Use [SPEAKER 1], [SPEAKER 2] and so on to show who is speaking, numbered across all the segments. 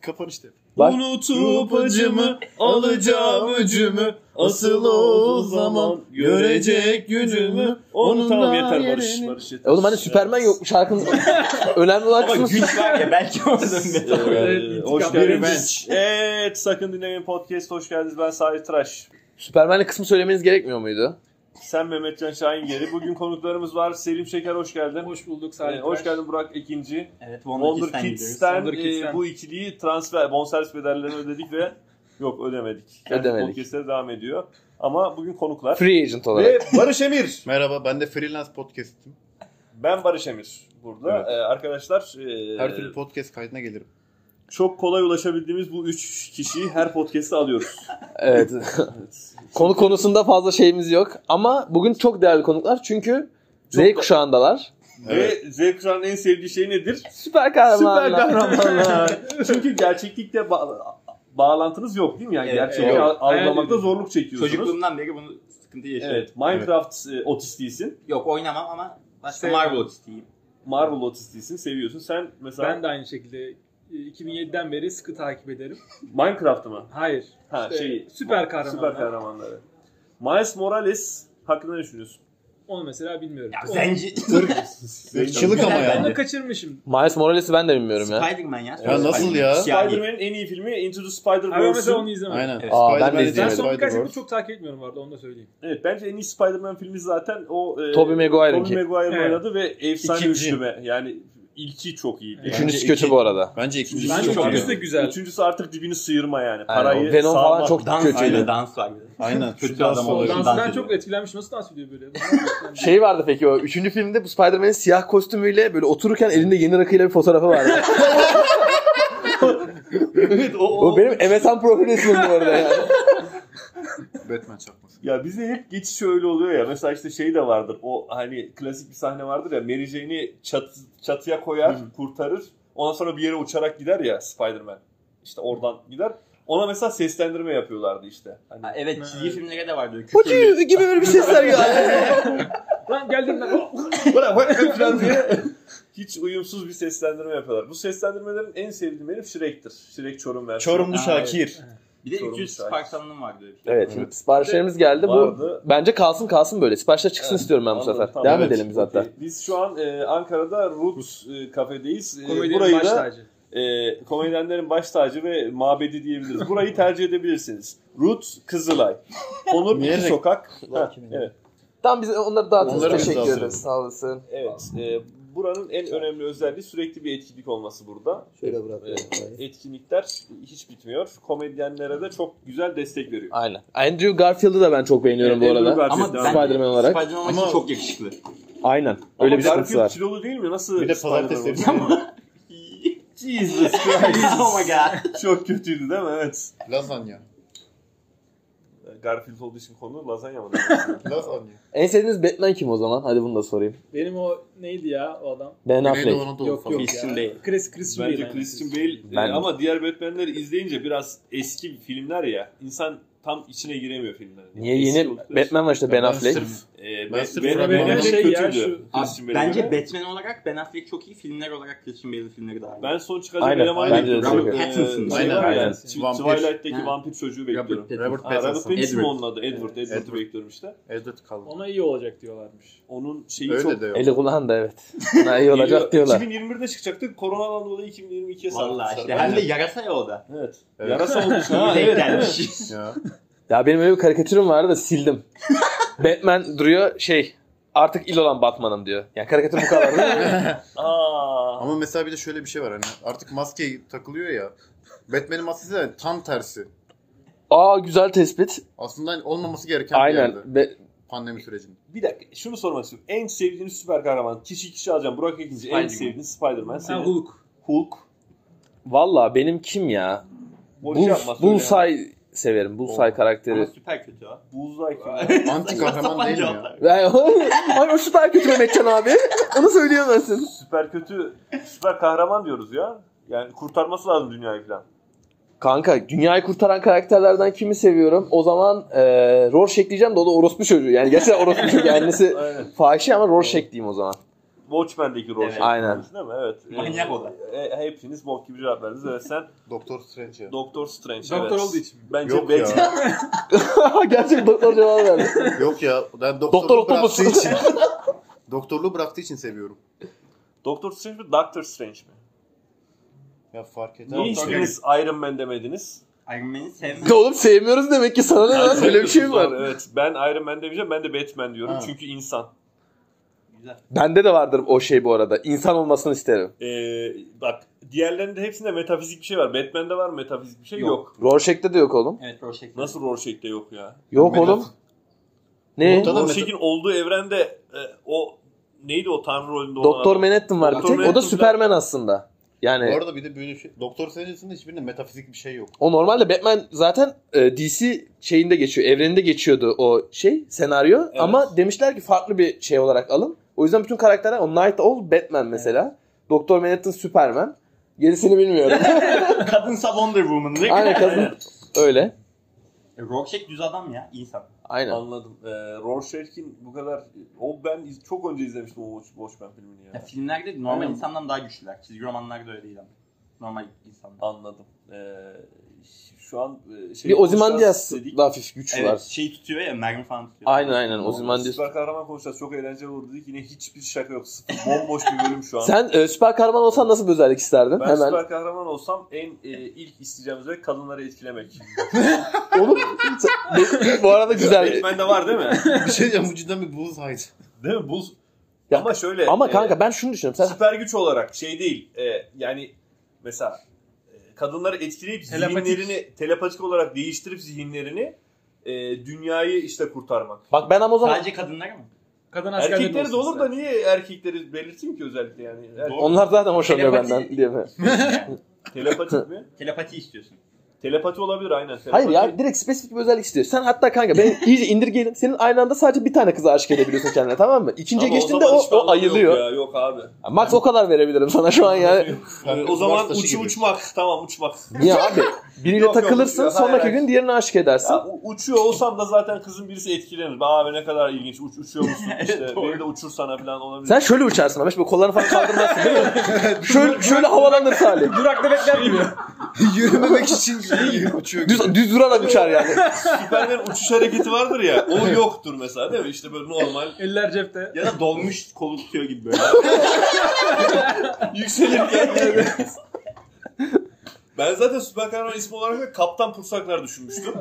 [SPEAKER 1] Kapanışta yap.
[SPEAKER 2] Bak.
[SPEAKER 3] Unutup acımı, alacağım öcümü. Asıl o zaman görecek gücümü. Onu tamam yeter Barış. Barış yeter.
[SPEAKER 2] Oğlum hani Süpermen yokmuş şarkının önemli olan
[SPEAKER 3] Ama
[SPEAKER 2] kısmı.
[SPEAKER 3] güç var ya belki oradan
[SPEAKER 1] Ee,
[SPEAKER 3] bir Hoş
[SPEAKER 1] intikam
[SPEAKER 3] geldiniz. Evet sakın dinlemeyin podcast. Hoş geldiniz. Ben Salih Tıraş.
[SPEAKER 2] Süpermen'le kısmı söylemeniz gerekmiyor muydu?
[SPEAKER 3] Sen Mehmetcan Şahin geri. Bugün konuklarımız var. Selim Şeker hoş geldin.
[SPEAKER 4] Hoş bulduk
[SPEAKER 3] Ee,
[SPEAKER 4] Salih.
[SPEAKER 3] hoş geldin Burak Ekinci.
[SPEAKER 5] Evet,
[SPEAKER 3] Wonder Kids'ten,
[SPEAKER 4] Wonder
[SPEAKER 3] e,
[SPEAKER 4] Kids'ten.
[SPEAKER 3] bu ikiliyi transfer, bonservis bedellerini ödedik ve yok ödemedik. Kendi
[SPEAKER 2] Ödemedik.
[SPEAKER 3] Podcast'e devam ediyor. Ama bugün konuklar.
[SPEAKER 2] Free agent olarak.
[SPEAKER 3] Ve Barış Emir.
[SPEAKER 1] Merhaba ben de freelance podcast'im.
[SPEAKER 3] Ben Barış Emir burada.
[SPEAKER 1] Evet.
[SPEAKER 3] Ee, arkadaşlar e,
[SPEAKER 1] Her türlü podcast kaydına gelirim.
[SPEAKER 3] çok kolay ulaşabildiğimiz bu üç kişiyi her podcast'te alıyoruz.
[SPEAKER 2] Evet. Konu konusunda fazla şeyimiz yok. Ama bugün çok değerli konuklar çünkü
[SPEAKER 3] Çok
[SPEAKER 2] Z kuşağındalar.
[SPEAKER 3] Ve Z kuşağının en sevdiği şey nedir?
[SPEAKER 2] Süper kahramanlar.
[SPEAKER 3] Süper kahramanlar. Çünkü gerçeklikle ba- bağlantınız yok değil mi? Yani
[SPEAKER 5] Evet,
[SPEAKER 3] gerçeği
[SPEAKER 1] yok.
[SPEAKER 3] al-
[SPEAKER 4] Hayal
[SPEAKER 3] algılamakta
[SPEAKER 4] ediyorum.
[SPEAKER 3] zorluk çekiyorsunuz.
[SPEAKER 5] Çocukluğumdan beri bunu sıkıntı yaşıyorum.
[SPEAKER 3] Evet, Minecraft e, otistisin,
[SPEAKER 5] Yok oynamam ama başka
[SPEAKER 4] Sevmem.
[SPEAKER 5] Marvel otistiyim.
[SPEAKER 3] Marvel otistisin, seviyorsun. Sen mesela
[SPEAKER 4] Ben de aynı şekilde e, 2007'den beri sıkı takip ederim.
[SPEAKER 3] Minecraft'ı mı?
[SPEAKER 4] Hayır.
[SPEAKER 3] Ha,
[SPEAKER 4] İşte
[SPEAKER 3] şey,
[SPEAKER 4] süper kahramanlar.
[SPEAKER 3] Süper kahramanları. Miles Morales hakkında ne düşünüyorsun?
[SPEAKER 4] Onu mesela bilmiyorum.
[SPEAKER 5] Ya
[SPEAKER 4] Onu-
[SPEAKER 5] zenci.
[SPEAKER 1] Çılık ama
[SPEAKER 5] Güzel
[SPEAKER 1] yani.
[SPEAKER 4] Onu kaçırmışım.
[SPEAKER 2] Miles Morales'i ben de bilmiyorum ya.
[SPEAKER 5] Spider-Man ya.
[SPEAKER 1] Ya nasıl ya?
[SPEAKER 5] Siyahi.
[SPEAKER 3] Spider-Man'in en iyi filmi Into the
[SPEAKER 4] Ama mesela onu
[SPEAKER 3] Spider-Verse'ün.
[SPEAKER 4] izlemedim.
[SPEAKER 1] Aynen.
[SPEAKER 5] Evet.
[SPEAKER 2] Aa, ben de
[SPEAKER 1] Spider-Man
[SPEAKER 4] Ben
[SPEAKER 2] izleyemedim.
[SPEAKER 4] son birkaç
[SPEAKER 1] Spider-Verse.
[SPEAKER 4] yıldır çok takip etmiyorum vardı onu da söyleyeyim.
[SPEAKER 3] Evet, bence en iyi Spider-Man filmi zaten o e,
[SPEAKER 2] Tobey Maguire'ınki.
[SPEAKER 3] Tobey Maguire
[SPEAKER 4] Evet.
[SPEAKER 3] oynadı ve efsane
[SPEAKER 1] İkinci.
[SPEAKER 3] üçlüme. Yani ilki çok iyiydi. Yani.
[SPEAKER 4] Evet.
[SPEAKER 2] Üçüncüsü
[SPEAKER 1] Bence
[SPEAKER 2] kötü
[SPEAKER 1] iki-
[SPEAKER 2] bu arada.
[SPEAKER 1] Bence ikincisi
[SPEAKER 4] Ben
[SPEAKER 5] çok
[SPEAKER 4] çok
[SPEAKER 5] iyi.
[SPEAKER 4] ikisi de güzel.
[SPEAKER 3] Üçüncüsü artık dibini sıyırma yani.
[SPEAKER 2] Aynen, o
[SPEAKER 3] Parayı
[SPEAKER 2] Venom
[SPEAKER 3] sağlam-
[SPEAKER 2] falan çok
[SPEAKER 5] Dans
[SPEAKER 2] kötüydü.
[SPEAKER 5] öyle dans var bir de.
[SPEAKER 1] Aynen.
[SPEAKER 5] Kötü
[SPEAKER 1] Şu
[SPEAKER 5] adam
[SPEAKER 1] dans olayı.
[SPEAKER 5] oluyor.
[SPEAKER 4] Dans
[SPEAKER 5] dans
[SPEAKER 4] ben
[SPEAKER 5] ediyor.
[SPEAKER 4] çok etkilenmiş. Nasıl dans ediyor böyle?
[SPEAKER 2] Şey vardı peki o. Üçüncü filmde bu Spider-Man'in siyah kostümüyle böyle otururken elinde yeni rakıyla bir fotoğrafı vardı.
[SPEAKER 5] evet o,
[SPEAKER 2] o benim MSN profil resmim bu arada yani.
[SPEAKER 1] Batman çakması.
[SPEAKER 3] Ya bize hep geçiş öyle oluyor ya. Mesela işte şey de vardır. O hani klasik bir sahne vardır ya. Mary Jane'i çat, çatıya koyar, kurtarır. Ondan sonra bir yere uçarak gider ya Spider-Man. İşte oradan gider. Ona mesela seslendirme yapıyorlardı işte. Hani
[SPEAKER 5] Ha, evet çizgi filmlere de vardı. öyle Küfürlü.
[SPEAKER 2] Pocuyuzu gibi böyle bir sesler geldi.
[SPEAKER 4] Lan geldim ben.
[SPEAKER 3] "Bırak, bırak" falan diye hiç uyumsuz bir seslendirme yapıyorlar. Bu seslendirmelerin en sevdiğim benim Shrek'tir. Shrek Çorum versiyonu.
[SPEAKER 1] Çorumlu
[SPEAKER 5] Ha,
[SPEAKER 1] Şakir.
[SPEAKER 5] Bir de
[SPEAKER 3] Sorun
[SPEAKER 5] 300
[SPEAKER 3] şahit.
[SPEAKER 5] Spark salonum vardı. öyle. şey.
[SPEAKER 2] evet şimdi siparişlerimiz geldi. Bu
[SPEAKER 3] Vardı.
[SPEAKER 2] Bence kalsın kalsın böyle. Siparişler çıksın
[SPEAKER 3] Evet,
[SPEAKER 2] istiyorum ben bu
[SPEAKER 3] anladım,
[SPEAKER 2] sefer.
[SPEAKER 3] tamam,
[SPEAKER 2] Devam
[SPEAKER 1] evet.
[SPEAKER 2] edelim biz hatta.
[SPEAKER 3] Okey. Biz şu an e, Ankara'da Roots e, kafedeyiz. E,
[SPEAKER 4] Komedinin
[SPEAKER 3] burayı
[SPEAKER 4] baş
[SPEAKER 3] da
[SPEAKER 4] tacı.
[SPEAKER 3] e, komedyenlerin baş tacı ve mabedi diyebiliriz. Burayı tercih edebilirsiniz. Root Kızılay. Onur
[SPEAKER 1] Niye
[SPEAKER 3] iki
[SPEAKER 1] renk-
[SPEAKER 3] sokak. Ha, evet.
[SPEAKER 2] Tamam biz onları dağıtırız.
[SPEAKER 1] Onları biz
[SPEAKER 2] Teşekkür
[SPEAKER 1] dağıtırız.
[SPEAKER 2] ederiz. Sağ olasın.
[SPEAKER 3] evet. E, buranın en önemli özelliği sürekli bir etkinlik olması burada.
[SPEAKER 6] Şöyle bırakıyorum.
[SPEAKER 3] E, etkinlikler hiç bitmiyor. Komedyenlere de çok güzel destek veriyor.
[SPEAKER 2] Aynen. Andrew Garfield'ı da ben çok beğeniyorum bu
[SPEAKER 3] Evet,
[SPEAKER 2] arada.
[SPEAKER 3] Andrew
[SPEAKER 5] Ama
[SPEAKER 3] Garfield'den-
[SPEAKER 5] ben
[SPEAKER 2] Spider-Man olarak.
[SPEAKER 5] Spider-Man
[SPEAKER 1] Ama-
[SPEAKER 5] için çok yakışıklı.
[SPEAKER 2] Aynen. Öyle
[SPEAKER 3] Ama
[SPEAKER 2] bir sıkıntısı
[SPEAKER 3] Garfield
[SPEAKER 2] var.
[SPEAKER 3] kilolu değil mi? Nasıl?
[SPEAKER 1] Bir de
[SPEAKER 3] Spider-Man
[SPEAKER 1] pazartesi
[SPEAKER 3] oldu?
[SPEAKER 5] Jesus Christ. oh my god.
[SPEAKER 3] çok kötüydü değil mi? Evet.
[SPEAKER 1] Lazanya.
[SPEAKER 3] Garfield olduğu için konu lazanya mı?
[SPEAKER 1] Lazanya.
[SPEAKER 2] En sevdiğiniz Batman kim o zaman? Hadi bunu da sorayım.
[SPEAKER 4] Benim o neydi ya o adam?
[SPEAKER 2] Ben
[SPEAKER 1] Güneydoğu
[SPEAKER 2] Affleck.
[SPEAKER 1] Anadolu
[SPEAKER 4] yok
[SPEAKER 1] falan.
[SPEAKER 4] yok
[SPEAKER 5] Christian
[SPEAKER 4] ya.
[SPEAKER 5] Bale.
[SPEAKER 4] Chris Christian
[SPEAKER 3] Bence
[SPEAKER 4] Bale,
[SPEAKER 3] Christian
[SPEAKER 4] aynen.
[SPEAKER 3] Bale e,
[SPEAKER 2] Ben-
[SPEAKER 3] ama diğer Batman'leri izleyince biraz eski filmler ya. İnsan tam içine giremiyor filmlerin.
[SPEAKER 2] Niye
[SPEAKER 3] Eski
[SPEAKER 2] yeni
[SPEAKER 3] oldukları için.
[SPEAKER 2] Batman var işte Ben Affleck.
[SPEAKER 1] sırf-
[SPEAKER 3] E,
[SPEAKER 1] Ben
[SPEAKER 3] Ba-
[SPEAKER 1] sırf
[SPEAKER 3] Batman
[SPEAKER 1] Batman'e
[SPEAKER 3] bence
[SPEAKER 4] şey ya,
[SPEAKER 3] kötüydü.
[SPEAKER 4] şu-
[SPEAKER 5] Abi,
[SPEAKER 3] Christian Bale'e
[SPEAKER 5] bence
[SPEAKER 3] göre.
[SPEAKER 5] Batman olarak Ben Affleck çok iyi filmler olarak Christian Bale'in filmleri daha iyi.
[SPEAKER 3] ben son çıkacak
[SPEAKER 2] Aynen,
[SPEAKER 3] eleman
[SPEAKER 1] bence de
[SPEAKER 3] bekliyorum.
[SPEAKER 5] çok iyi. Pattinson.
[SPEAKER 3] Şey
[SPEAKER 1] Aynen,
[SPEAKER 3] var ya,
[SPEAKER 2] aynen.
[SPEAKER 3] Tw-
[SPEAKER 1] Vampir.
[SPEAKER 3] Twilight'teki
[SPEAKER 5] Ha.
[SPEAKER 3] vampir çocuğu bekliyorum.
[SPEAKER 1] Robert
[SPEAKER 3] Ha, Robert
[SPEAKER 1] Pattinson.
[SPEAKER 3] Pattinson
[SPEAKER 5] Edward.
[SPEAKER 3] onun adı. Edward. Edward'ı
[SPEAKER 1] Edward.
[SPEAKER 3] bekliyorum işte.
[SPEAKER 1] Edward Cullen.
[SPEAKER 4] Ona iyi olacak diyorlarmış.
[SPEAKER 3] Onun şeyi çok...
[SPEAKER 1] Öyle de yok.
[SPEAKER 2] Eli kulağında evet. Buna iyi olacak
[SPEAKER 3] Geliyor.
[SPEAKER 2] diyorlar.
[SPEAKER 3] 2021'de çıkacaktı. Koronadan dolayı 2022'ye sardı.
[SPEAKER 5] Vallahi işte.
[SPEAKER 1] Aynen.
[SPEAKER 5] Hem de yarasa ya o da.
[SPEAKER 3] Evet.
[SPEAKER 1] Evet.
[SPEAKER 3] Yarasa olmuş. Ha,
[SPEAKER 5] Denk
[SPEAKER 3] evet.
[SPEAKER 5] gelmiş.
[SPEAKER 1] Ya.
[SPEAKER 2] Ya benim öyle bir karikatürüm vardı da sildim. Batman duruyor şey artık il olan Batman'ım diyor. Yani karikatür bu kadar değil mi?
[SPEAKER 3] Aa.
[SPEAKER 1] Ama mesela bir de şöyle bir şey var hani artık maske takılıyor ya. Batman'in maskesi de tam tersi.
[SPEAKER 2] Aa güzel tespit.
[SPEAKER 1] Aslında hani olmaması gereken bir yerde.
[SPEAKER 2] Aynen. Be-
[SPEAKER 1] Pandemi sürecinde.
[SPEAKER 3] Bir dakika şunu sormak istiyorum. En sevdiğiniz süper kahraman kişi kişi alacağım. Burak ikinci en
[SPEAKER 5] Spider-Man.
[SPEAKER 3] sevdiğiniz Spider-Man.
[SPEAKER 4] Sen
[SPEAKER 3] Senin
[SPEAKER 4] Hulk.
[SPEAKER 3] Hulk.
[SPEAKER 2] Valla benim kim ya?
[SPEAKER 3] Boş yapma,
[SPEAKER 2] Bulls,
[SPEAKER 3] söyle ya. Oh.
[SPEAKER 2] Bullseye severim. Bullseye
[SPEAKER 5] Ama
[SPEAKER 2] karakteri.
[SPEAKER 5] süper kötü o.
[SPEAKER 3] Bullseye kim?
[SPEAKER 1] Anti kahraman değil mi ya?
[SPEAKER 2] Ay, ay o süper kötü Mehmetcan abi. Onu söyleyemezsin.
[SPEAKER 3] süper kötü, süper kahraman diyoruz ya. Yani kurtarması lazım dünyayı falan.
[SPEAKER 2] Kanka dünyayı kurtaran karakterlerden kimi seviyorum? O zaman e, Rorschach diyeceğim de o da orospu çocuğu. Yani gerçekten orospu çocuğu. Yani Annesi
[SPEAKER 3] Aynen.
[SPEAKER 2] fahişe ama Rorschach diyeyim o zaman.
[SPEAKER 3] Watchmen'deki Rorschach.
[SPEAKER 5] Evet.
[SPEAKER 2] Aynen.
[SPEAKER 3] Değil mi? Evet.
[SPEAKER 5] Manyak o da.
[SPEAKER 3] E, hepiniz bok gibi cevap verdiniz. Evet sen
[SPEAKER 1] Doktor Strange. ya.
[SPEAKER 3] Doktor Strange.
[SPEAKER 4] Doktor
[SPEAKER 3] evet.
[SPEAKER 4] olduğu için mi?
[SPEAKER 3] Bence
[SPEAKER 1] Yok
[SPEAKER 3] Batman.
[SPEAKER 1] ya.
[SPEAKER 2] Gerçek doktor cevabı verdi.
[SPEAKER 1] Yok ya. Ben
[SPEAKER 2] Doktor
[SPEAKER 1] doktorluğu
[SPEAKER 2] Octopus.
[SPEAKER 1] bıraktığı için. doktorluğu bıraktığı için seviyorum.
[SPEAKER 3] Doktor Strange mi? Doctor Strange mi?
[SPEAKER 1] Ya fark etmez.
[SPEAKER 3] Niye
[SPEAKER 5] Strange.
[SPEAKER 3] hiçbiriniz Iron Man demediniz?
[SPEAKER 5] Iron Man'i sevmem.
[SPEAKER 2] Ya Oğlum sevmiyoruz demek ki sana ne lan böyle bir şey mi var?
[SPEAKER 3] Evet. Ben Iron Man demeyeceğim. Ben de Batman diyorum.
[SPEAKER 1] Ha.
[SPEAKER 3] Çünkü insan.
[SPEAKER 5] Güzel.
[SPEAKER 2] Bende de vardır o şey bu arada. İnsan olmasını isterim.
[SPEAKER 3] Ee, bak diğerlerinde hepsinde metafizik bir şey var. Batman'de var mı metafizik bir şey? Yok.
[SPEAKER 5] Yok.
[SPEAKER 2] Rorschach'ta da yok oğlum.
[SPEAKER 5] Evet Rorschach.
[SPEAKER 3] Nasıl Rorschach'te yok ya?
[SPEAKER 2] Yok
[SPEAKER 1] Metot.
[SPEAKER 2] oğlum. Ne?
[SPEAKER 1] Ortada
[SPEAKER 3] Rorschach'in olduğu evrende e, o neydi o tanrı rolünde olan
[SPEAKER 2] Doktor
[SPEAKER 3] adam?
[SPEAKER 2] Manhattan var bir
[SPEAKER 3] Doktor
[SPEAKER 2] tek. O da
[SPEAKER 3] Manhattan
[SPEAKER 2] Superman aslında.
[SPEAKER 1] Bu
[SPEAKER 2] Yani
[SPEAKER 1] arada bir de böyle şey. Doktor Strange'sinde hiçbirinde metafizik bir şey yok.
[SPEAKER 2] o normalde Batman zaten e, DC şeyinde geçiyor. Evreninde geçiyordu o şey senaryo. Ama demişler ki farklı bir şey olarak alın. O yüzden bütün karakterler o Night Owl Batman mesela. Doktor Manhattan Superman. Gerisini bilmiyorum.
[SPEAKER 5] Kadınsa Wonder Woman değil mi?
[SPEAKER 2] Aynen kadın. Öyle.
[SPEAKER 5] E, Rorschach düz adam ya. insan.
[SPEAKER 2] Aynen.
[SPEAKER 3] Anladım. Ee, Rorschach'in bu kadar... O ben iz- çok önce izlemiştim o Watch- Watchmen filmini
[SPEAKER 5] Ya
[SPEAKER 3] ya.
[SPEAKER 5] filmlerde normal
[SPEAKER 3] Aynen.
[SPEAKER 5] insandan daha güçlüler. Çizgi romanlarda öyle değil ama. Normal insanlar.
[SPEAKER 3] Anladım. Ee, ş- şu an e, şey
[SPEAKER 2] Bir Ozymandias
[SPEAKER 3] konuşacağız dedik.
[SPEAKER 2] da hafif güç
[SPEAKER 5] Evet
[SPEAKER 2] var.
[SPEAKER 5] şey tutuyor ya mermi falan tutuyor.
[SPEAKER 2] Aynen aynen Ozymandias.
[SPEAKER 3] Süper kahraman konuşacağız. Çok eğlenceli olur dedik. Yine hiçbir şaka yok. Sıfır. Bomboş bir bölüm şu an.
[SPEAKER 2] Sen e, süper kahraman olsan nasıl bir özellik isterdin?
[SPEAKER 3] ben
[SPEAKER 2] Hemen.
[SPEAKER 3] süper kahraman olsam en e, ilk isteyeceğim özellik kadınları etkilemek.
[SPEAKER 2] Oğlum sen- bu arada güzel.
[SPEAKER 3] Batman'de var değil mi?
[SPEAKER 1] bir şey diyeceğim bu cidden bir buz haydi.
[SPEAKER 3] değil mi? Buz.
[SPEAKER 2] Ya,
[SPEAKER 3] Ama şöyle.
[SPEAKER 2] Ama
[SPEAKER 3] e,
[SPEAKER 2] kanka ben şunu düşünüyorum. Sen
[SPEAKER 3] süper güç olarak şey değil. e, yani mesela e, kadınları etkileyip
[SPEAKER 4] Telepatik.
[SPEAKER 3] zihinlerini telepatik olarak değiştirip zihinlerini e, dünyayı işte kurtarmak.
[SPEAKER 2] bak ben ama o zaman
[SPEAKER 5] Sadece kadınlara mı?
[SPEAKER 4] Kadın askerde
[SPEAKER 3] Erkekleri de
[SPEAKER 4] olsun
[SPEAKER 3] olur da
[SPEAKER 4] ister.
[SPEAKER 3] niye erkekleri belirteyim ki özellikle yani? Er, Erkek-
[SPEAKER 2] onlar zaten hoşlanıyor
[SPEAKER 5] Telepati.
[SPEAKER 2] benden diye mi?
[SPEAKER 5] Yani,
[SPEAKER 3] Telepatik mi?
[SPEAKER 5] Telepati istiyorsun.
[SPEAKER 3] Telepati olabilir aynen.
[SPEAKER 2] Hayır
[SPEAKER 3] Telepati-
[SPEAKER 2] ya direkt spesifik bir özellik istiyor. Sen hatta kanka ben iyice indirgeyelim. Senin aynı anda sadece bir tane kıza aşık edebiliyorsun kendine tamam mı? İkinciye
[SPEAKER 3] Ama
[SPEAKER 2] geçtiğinde
[SPEAKER 3] zaman
[SPEAKER 2] o,
[SPEAKER 3] hiçbir
[SPEAKER 2] o
[SPEAKER 3] anlamı yok
[SPEAKER 2] ayılıyor.
[SPEAKER 3] ya, Yok, abi.
[SPEAKER 2] Max o kadar verebilirim sana şu an yani.
[SPEAKER 3] Ee, o
[SPEAKER 1] Kız
[SPEAKER 3] zaman
[SPEAKER 1] baş taşı
[SPEAKER 3] uçu
[SPEAKER 1] gibi.
[SPEAKER 3] uçmak. Tamam uçmak.
[SPEAKER 2] ya abi biriyle
[SPEAKER 3] Yok, yok,
[SPEAKER 2] takılırsın
[SPEAKER 3] yok, hayır,
[SPEAKER 2] sonraki
[SPEAKER 3] hayır.
[SPEAKER 2] gün diğerine aşık edersin.
[SPEAKER 3] Ya, u- uçuyor olsam da zaten kızın birisi etkilenir. Abi ne kadar ilginç. Uç, uçuyor musun? İşte,
[SPEAKER 5] Doğru.
[SPEAKER 3] beni de uçursana falan olabilir.
[SPEAKER 2] Sen şöyle uçarsın ama böyle kollarını falan kaldırmazsın değil mi? şöyle, şöyle havalanır Salih.
[SPEAKER 4] Durakta
[SPEAKER 3] Şey
[SPEAKER 4] bekler gibi.
[SPEAKER 1] Yürümemek için yürüyor, uçuyor.
[SPEAKER 2] Düz, düz durarak uçar yani.
[SPEAKER 3] Süpermen uçuş hareketi vardır ya. O yoktur mesela değil mi? İşte böyle normal.
[SPEAKER 4] Eller cepte.
[SPEAKER 5] Ya da dolmuş kolu tutuyor gibi böyle.
[SPEAKER 3] Yükselirken böyle. Ben zaten süper kahraman ismi olarak da Kaptan Pursaklar düşünmüştüm.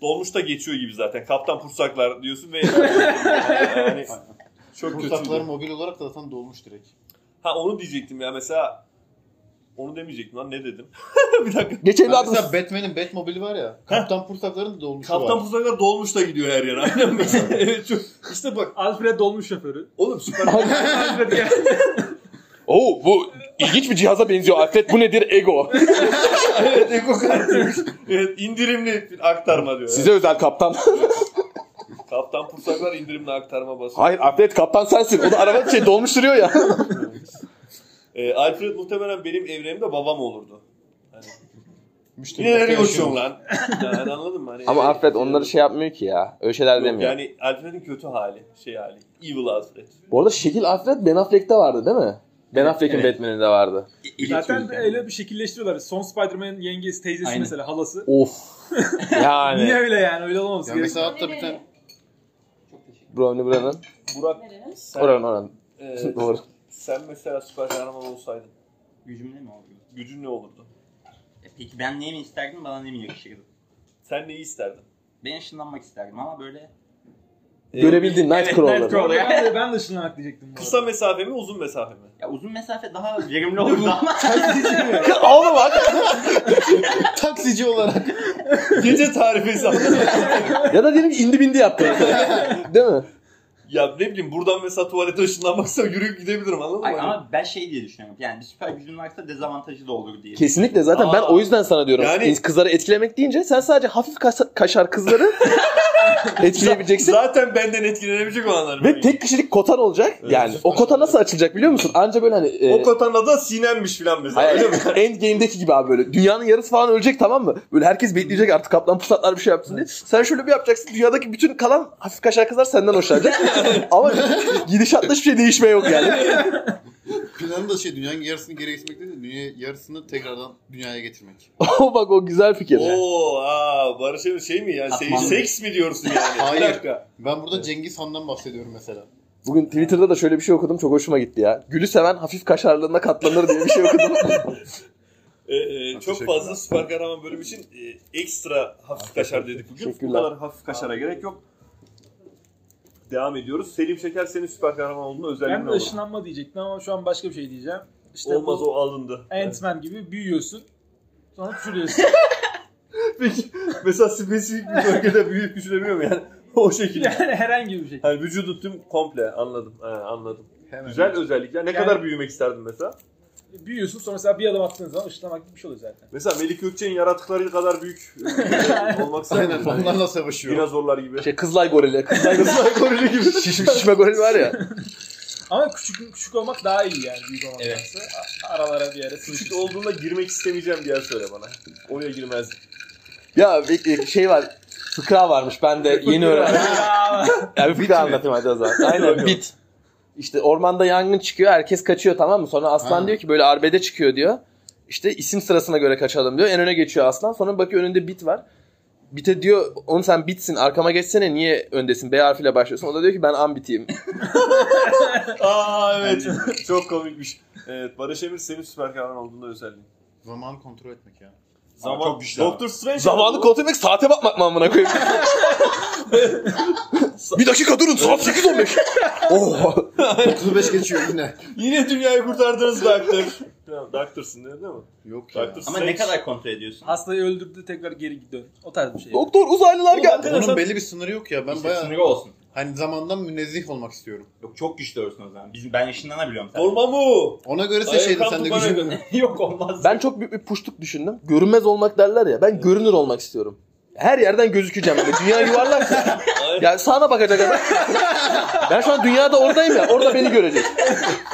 [SPEAKER 3] Dolmuşta geçiyor gibi zaten. Kaptan Pursaklar diyorsun ve yani çok
[SPEAKER 1] Kursaklar
[SPEAKER 3] kötü.
[SPEAKER 1] mobil olarak da zaten dolmuş direkt.
[SPEAKER 3] Ha onu diyecektim ya mesela onu demeyecektim lan ne dedim? bir dakika.
[SPEAKER 2] Geç
[SPEAKER 1] Ha,
[SPEAKER 2] evladım.
[SPEAKER 1] mesela Batman'in Batmobili var ya. Kaptan Kursakların da dolmuşu
[SPEAKER 3] Kaptan
[SPEAKER 1] var.
[SPEAKER 3] Pursaklar dolmuşta gidiyor her yere. Aynen mesela. evet, çok... İşte bak
[SPEAKER 4] Alfred dolmuş şoförü.
[SPEAKER 3] oğlum süper
[SPEAKER 4] Alfred gel.
[SPEAKER 2] Oo bu ilginç bir cihaza benziyor. Alfred bu nedir? Ego.
[SPEAKER 3] evet, indirimli bir aktarma diyor.
[SPEAKER 2] Size özel kaptan.
[SPEAKER 3] Kaptan Pursaklar indirimli aktarma basıyor.
[SPEAKER 2] Hayır Alfred kaptan sensin. O da araba şey dolmuş duruyor ya.
[SPEAKER 3] Ee, Alfred muhtemelen benim evremde babam olurdu.
[SPEAKER 1] Müşteri
[SPEAKER 3] Yine nereye
[SPEAKER 1] bakıyor,
[SPEAKER 3] koşuyorsun lan? yani anladın mı? Hani,
[SPEAKER 2] Ama
[SPEAKER 3] evet,
[SPEAKER 2] Alfred
[SPEAKER 3] yani-
[SPEAKER 2] onları şey yapmıyor ki ya. Öyle şeyler
[SPEAKER 3] Yok,
[SPEAKER 2] demiyor.
[SPEAKER 3] Yani Alfred'in kötü hali. Şey hali. Evil Alfred.
[SPEAKER 2] Bu arada şekil Alfred Ben Affleck'te vardı değil mi? Ben Affleck'in
[SPEAKER 5] evet.
[SPEAKER 2] Batman'inde vardı.
[SPEAKER 4] Zaten öyle bir şekilleştiriyorlar. Son Spider-Man'in yengesi, teyzesi
[SPEAKER 5] Aynen.
[SPEAKER 4] mesela halası.
[SPEAKER 2] Of.
[SPEAKER 4] Niye
[SPEAKER 2] Yani.
[SPEAKER 4] öyle yani? Öyle olmaması
[SPEAKER 1] Ya
[SPEAKER 4] gerek.
[SPEAKER 1] mesela hatta bir tane
[SPEAKER 2] Brownie buranın.
[SPEAKER 3] Burak sen,
[SPEAKER 2] Oranın oranın.
[SPEAKER 3] e,
[SPEAKER 2] Doğru.
[SPEAKER 3] sen mesela süper kahraman olsaydın
[SPEAKER 5] Gücümle mi oluyor?
[SPEAKER 3] gücün ne olurdu?
[SPEAKER 5] E, peki ben neyi mi isterdim bana ne mi yakışırdı?
[SPEAKER 3] Sen neyi isterdin?
[SPEAKER 5] Ben ışınlanmak isterdim ama böyle
[SPEAKER 2] Görebildin Nightcrawler.
[SPEAKER 5] Nightcrawler.
[SPEAKER 4] Ben de, ben de ışınlanak diyecektim. bu arada.
[SPEAKER 3] Kısa mesafe mi uzun mesafe mi?
[SPEAKER 5] ya uzun mesafe daha verimli olurdu ama
[SPEAKER 2] Ağla bak.
[SPEAKER 1] taksici olarak.
[SPEAKER 3] Gece tarifesi anladın mı?
[SPEAKER 2] Ya da diyelim ki indi bindi yaptı. Değil mi?
[SPEAKER 3] Ya ne bileyim buradan mesela tuvalete ışınlanmaksa yürüyüp gidebilirim anladın mı? Hani
[SPEAKER 5] Ay, ama ben şey diye düşünüyorum. Yani bir süper gücün varsa dezavantajı da olur diye.
[SPEAKER 2] Kesinlikle zaten
[SPEAKER 3] Aa.
[SPEAKER 2] ben o yüzden sana diyorum.
[SPEAKER 3] Yani-
[SPEAKER 2] Kızları etkilemek deyince sen sadece hafif kaşar, kaşar kızları etkileyebileceksin.
[SPEAKER 3] Zaten benden etkilenebilecek olanlar.
[SPEAKER 2] Ve tek kişilik kotan olacak.
[SPEAKER 3] Evet.
[SPEAKER 2] Yani o kota nasıl açılacak biliyor musun? Anca böyle hani... e,
[SPEAKER 3] O kotanın adı da Sinem'miş filan mesela.
[SPEAKER 2] Hayır,
[SPEAKER 3] Öyle mi?
[SPEAKER 2] Endgame'deki gibi abi böyle. Dünyanın yarısı falan ölecek tamam mı? Böyle herkes bekleyecek artık kaplan pusatlar bir şey yapsın diye. Sen şöyle bir yapacaksın. Dünyadaki bütün kalan hafif kaşar kızlar senden hoşlanacak. Ama gidişatta hiçbir şey değişmeye yok yani.
[SPEAKER 1] Planı da şey dünyanın yarısını geri getirmek değil de dünya yarısını tekrardan dünyaya getirmek.
[SPEAKER 2] o bak o güzel fikir.
[SPEAKER 3] Oo, aa, Barış Emre şey mi yani?
[SPEAKER 5] Atman.
[SPEAKER 3] Se- seks mi diyorsun yani?
[SPEAKER 1] Hayır.
[SPEAKER 3] Bir dakika.
[SPEAKER 1] Ben burada Cengiz Han'dan bahsediyorum mesela.
[SPEAKER 2] Bugün Twitter'da da şöyle bir şey okudum. Çok hoşuma gitti ya. Gülü seven hafif kaşarlığına katlanır diye bir şey okudum.
[SPEAKER 3] Ee, e, çok
[SPEAKER 1] Teşekkürler.
[SPEAKER 3] fazla süper kahraman bölüm için e, ekstra hafif kaşar dedik bugün. Bu
[SPEAKER 2] Teşekkürler.
[SPEAKER 3] kadar hafif kaşara gerek yok. Devam ediyoruz. Selim Şeker senin süper kahraman olduğunu özelliğin
[SPEAKER 4] Ben de
[SPEAKER 3] olur.
[SPEAKER 4] ışınlanma diyecektim ama şu an başka bir şey diyeceğim. İşte
[SPEAKER 3] Olmaz
[SPEAKER 4] bu
[SPEAKER 3] o alındı.
[SPEAKER 4] Ant-Man gibi büyüyorsun. Sonra küçülüyorsun.
[SPEAKER 3] Peki, mesela spesifik bir bölgede büyüyüp küçülemiyor mu yani? O şekilde.
[SPEAKER 4] yani herhangi bir şey.
[SPEAKER 3] Yani vücudu tüm komple anladım. He, anladım.
[SPEAKER 1] Hemen.
[SPEAKER 3] Güzel özellik. Ya ne
[SPEAKER 4] Yani-
[SPEAKER 3] kadar büyümek isterdin mesela?
[SPEAKER 4] Büyüyorsun sonra mesela bir adım attığın zaman ışınlamak gibi bir şey oluyor zaten.
[SPEAKER 3] Mesela Melik Gökçek'in yaratıkları kadar büyük e, olmak isterdin.
[SPEAKER 1] Aynen onlarla savaşıyor.
[SPEAKER 3] Dinozorlar gibi.
[SPEAKER 2] şey kızlay gorili. Kızlay
[SPEAKER 3] Kızlar gorili gibi.
[SPEAKER 2] şişme, şişme goril var ya.
[SPEAKER 4] Ama küçük küçük olmak daha iyi yani büyük olmaktansa. Aralara bir yere
[SPEAKER 3] Küçük
[SPEAKER 4] sıçrıyor.
[SPEAKER 3] olduğunda girmek istemeyeceğim bir yer söyle bana. Oraya girmez.
[SPEAKER 2] Ya bir şey var. Fıkra varmış. Ben de yeni öğrendim. Ya bir fıkra anlatayım hadi o zaman. Aynen
[SPEAKER 3] Bakalım.
[SPEAKER 2] bit. İşte ormanda yangın çıkıyor. Herkes kaçıyor tamam mı? Sonra aslan
[SPEAKER 1] Ha.
[SPEAKER 2] diyor ki böyle arbede çıkıyor diyor. İşte isim sırasına göre kaçalım diyor. En öne geçiyor aslan. Sonra bakıyor önünde bit var. Bite diyor oğlum sen bitsin arkama geçsene niye öndesin B harfiyle başlıyorsun. O da diyor ki ben ambitiyim.
[SPEAKER 3] Aa evet. Çok komikmiş. Evet Barış Emir senin süper kahraman olduğunda özelliğin.
[SPEAKER 1] Zamanı kontrol etmek ya.
[SPEAKER 3] Zaman,
[SPEAKER 5] çok güçlü
[SPEAKER 3] Doktor Strange
[SPEAKER 2] Zamanı
[SPEAKER 3] oldu.
[SPEAKER 2] kontrol etmek saate bakmak mı amına koyayım? bir dakika durun saat 8.15. Oh.
[SPEAKER 1] 35 geçiyor yine.
[SPEAKER 3] Yine dünyayı kurtardınız Doktor. tamam Doktor'sın değil mi?
[SPEAKER 1] Yok ya.
[SPEAKER 3] Doktor
[SPEAKER 5] Ama ne kadar kontrol ediyorsun?
[SPEAKER 4] Hastayı öldürdü tekrar geri dön. O tarz bir şey.
[SPEAKER 2] Doktor uzaylılar geldi.
[SPEAKER 1] Onun belli bir sınırı yok ya. Ben
[SPEAKER 5] İşte
[SPEAKER 1] bayağı
[SPEAKER 5] sınırı olsun.
[SPEAKER 1] hani zamandan münezzeh olmak istiyorum.
[SPEAKER 5] Yok çok güçlü olursun o zaman. Bizim, ben işinlenabiliyorum sen.
[SPEAKER 3] Olma mu?
[SPEAKER 1] Ona göre ise
[SPEAKER 3] Ayağa
[SPEAKER 1] şeydi
[SPEAKER 3] kalktı
[SPEAKER 1] sen de
[SPEAKER 3] bana
[SPEAKER 1] gücün.
[SPEAKER 3] göre.
[SPEAKER 5] Yok olmaz.
[SPEAKER 2] Ben çok büyük bir puştuk düşündüm. Görünmez olmak derler ya. Ben görünür olmak istiyorum. Her yerden gözükeceğim. Yani dünya yuvarlak. ya. yani sağına bakacak adam. ben şu an dünyada oradayım ya. Orada beni görecek.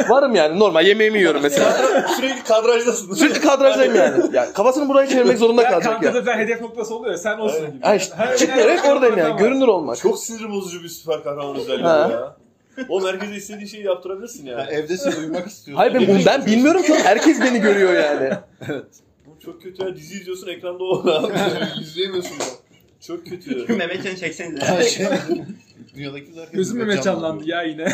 [SPEAKER 2] Varım yani normal. Yemeğimi yiyorum mesela.
[SPEAKER 3] Sürekli kadrajdasın.
[SPEAKER 2] Sürekli kadrajdayım yani. yani. Kafasını buraya çevirmek zorunda
[SPEAKER 4] Ya
[SPEAKER 2] kalacak ya.
[SPEAKER 4] kankada da hedef noktası oluyor ya sen olsun gibi.
[SPEAKER 2] Ha işte,
[SPEAKER 4] Her- her-
[SPEAKER 2] evet oradayım yani.
[SPEAKER 4] Tamam.
[SPEAKER 2] Görünür olmak.
[SPEAKER 3] Çok sinir bozucu bir süper kahraman özelliği
[SPEAKER 2] Ha.
[SPEAKER 3] bu ya. O herkese istediğin şeyi yaptırabilirsin
[SPEAKER 1] Ya,
[SPEAKER 3] yani.
[SPEAKER 1] evdesin uyumak istiyorsun.
[SPEAKER 2] Hayır ben,
[SPEAKER 1] Gece-
[SPEAKER 2] ben bilmiyorum ki. Herkes beni görüyor yani.
[SPEAKER 3] Bu çok kötü ya. Dizi izliyorsun ekranda o abi. İzleyemiyorsun ya. Çok kötü.
[SPEAKER 5] Mehmetcan'ı
[SPEAKER 1] Her
[SPEAKER 5] çeksenize.
[SPEAKER 1] şey. Dünyadaki herkes
[SPEAKER 4] Gözüm mü canlandı ya yine.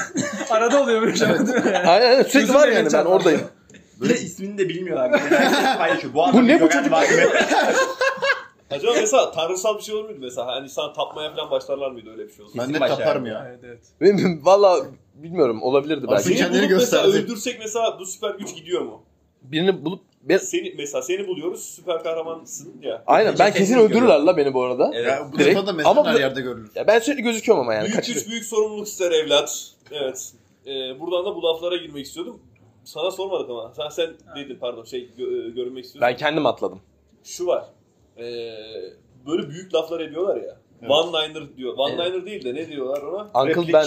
[SPEAKER 4] Arada oluyor böyle şey değil mi? Yani?
[SPEAKER 2] Aynen, aynen. sürekli
[SPEAKER 4] Gözümle
[SPEAKER 2] var yani ben
[SPEAKER 4] geçen-
[SPEAKER 2] oradayım.
[SPEAKER 5] Bir de ismini de bilmiyorlar. Herkes paylaşıyor. Bu,
[SPEAKER 2] Bu ne bu
[SPEAKER 5] çocuk?
[SPEAKER 3] Acaba mesela tanrısal bir şey olur muydu mesela? Hani sana tapmaya falan başlarlar mıydı öyle bir şey olsa?
[SPEAKER 1] Ben de
[SPEAKER 5] Kesin başarı.
[SPEAKER 1] taparım ya.
[SPEAKER 4] Evet evet.
[SPEAKER 2] Benim valla bilmiyorum olabilirdi
[SPEAKER 3] Abi
[SPEAKER 2] belki.
[SPEAKER 1] Aslında-
[SPEAKER 3] seni
[SPEAKER 1] Kendini
[SPEAKER 3] bulup mesela
[SPEAKER 1] gösterdi.
[SPEAKER 3] öldürsek mesela bu süper güç gidiyor mu?
[SPEAKER 2] Birini bulup ben,
[SPEAKER 3] Seni mesela seni buluyoruz süper kahramansın ya.
[SPEAKER 2] aynen ben
[SPEAKER 3] şey
[SPEAKER 2] kesin
[SPEAKER 5] Kesin
[SPEAKER 2] öldürürler la beni bu arada.
[SPEAKER 5] Evet.
[SPEAKER 1] Ya bu
[SPEAKER 2] Direkt.
[SPEAKER 1] defa da
[SPEAKER 2] Ama
[SPEAKER 1] mesela
[SPEAKER 2] bu-
[SPEAKER 1] her yerde görülür.
[SPEAKER 2] Ya ben sürekli gözüküyorum ama yani
[SPEAKER 3] büyük
[SPEAKER 2] kaçırıyorum.
[SPEAKER 3] güç büyük sorumluluk ister evlat. Evet. Ee, buradan da bu laflara girmek istiyordum. Sana sormadık ama. Sen, sen dedin pardon şey gö- e, görünmek istiyorsun.
[SPEAKER 2] Ben kendim atladım.
[SPEAKER 3] Şu var. Ee, böyle büyük laflar ediyorlar ya.
[SPEAKER 1] Evet.
[SPEAKER 3] One liner diyor. One liner değil de ne diyorlar ona?
[SPEAKER 2] Uncle
[SPEAKER 3] Replik.
[SPEAKER 2] Ben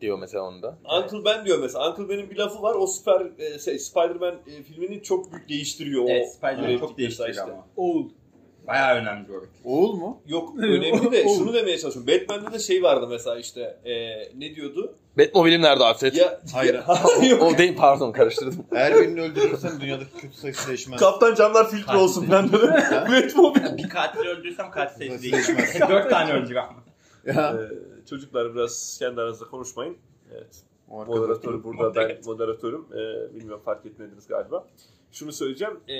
[SPEAKER 2] diyor mesela onda.
[SPEAKER 3] Uncle Ben diyor mesela. Uncle Ben'in bir lafı var. O süper e, şey, Spider-Man e, filmini çok büyük değiştiriyor. o
[SPEAKER 5] Evet, Spider-Man
[SPEAKER 3] replik
[SPEAKER 5] çok
[SPEAKER 3] mesela
[SPEAKER 5] değiştiriyor
[SPEAKER 3] işte.
[SPEAKER 5] ama.
[SPEAKER 4] Oğul.
[SPEAKER 5] Bayağı önemli bir rol.
[SPEAKER 1] Oğul mu?
[SPEAKER 3] Yok
[SPEAKER 4] Ne?
[SPEAKER 3] önemli de
[SPEAKER 4] Oğlum.
[SPEAKER 3] şunu demeye çalışıyorum. Batman'de de şey vardı mesela işte e, ne diyordu?
[SPEAKER 2] Batmobile'im nerede Alfred?
[SPEAKER 3] Ya,
[SPEAKER 1] Hayır.
[SPEAKER 3] Yok.
[SPEAKER 2] o değil pardon karıştırdım.
[SPEAKER 1] Eğer birini öldürürsen dünyadaki kötü sayısı değişmez.
[SPEAKER 3] Kaptan camlar filtre olsun falan dedi. Batmobil.
[SPEAKER 5] Bir katili öldürsem katil
[SPEAKER 1] Nasıl
[SPEAKER 5] seçti.
[SPEAKER 1] değişmez?
[SPEAKER 5] Dört tane ölecek ama.
[SPEAKER 1] Ya.
[SPEAKER 3] Ee, çocuklar biraz kendi aranızda konuşmayın. Evet.
[SPEAKER 1] O arkadaş-
[SPEAKER 3] Moderatör burada ben moderatörüm. Ee, bilmiyorum fark etmediniz galiba. Şunu söyleyeceğim. Ee,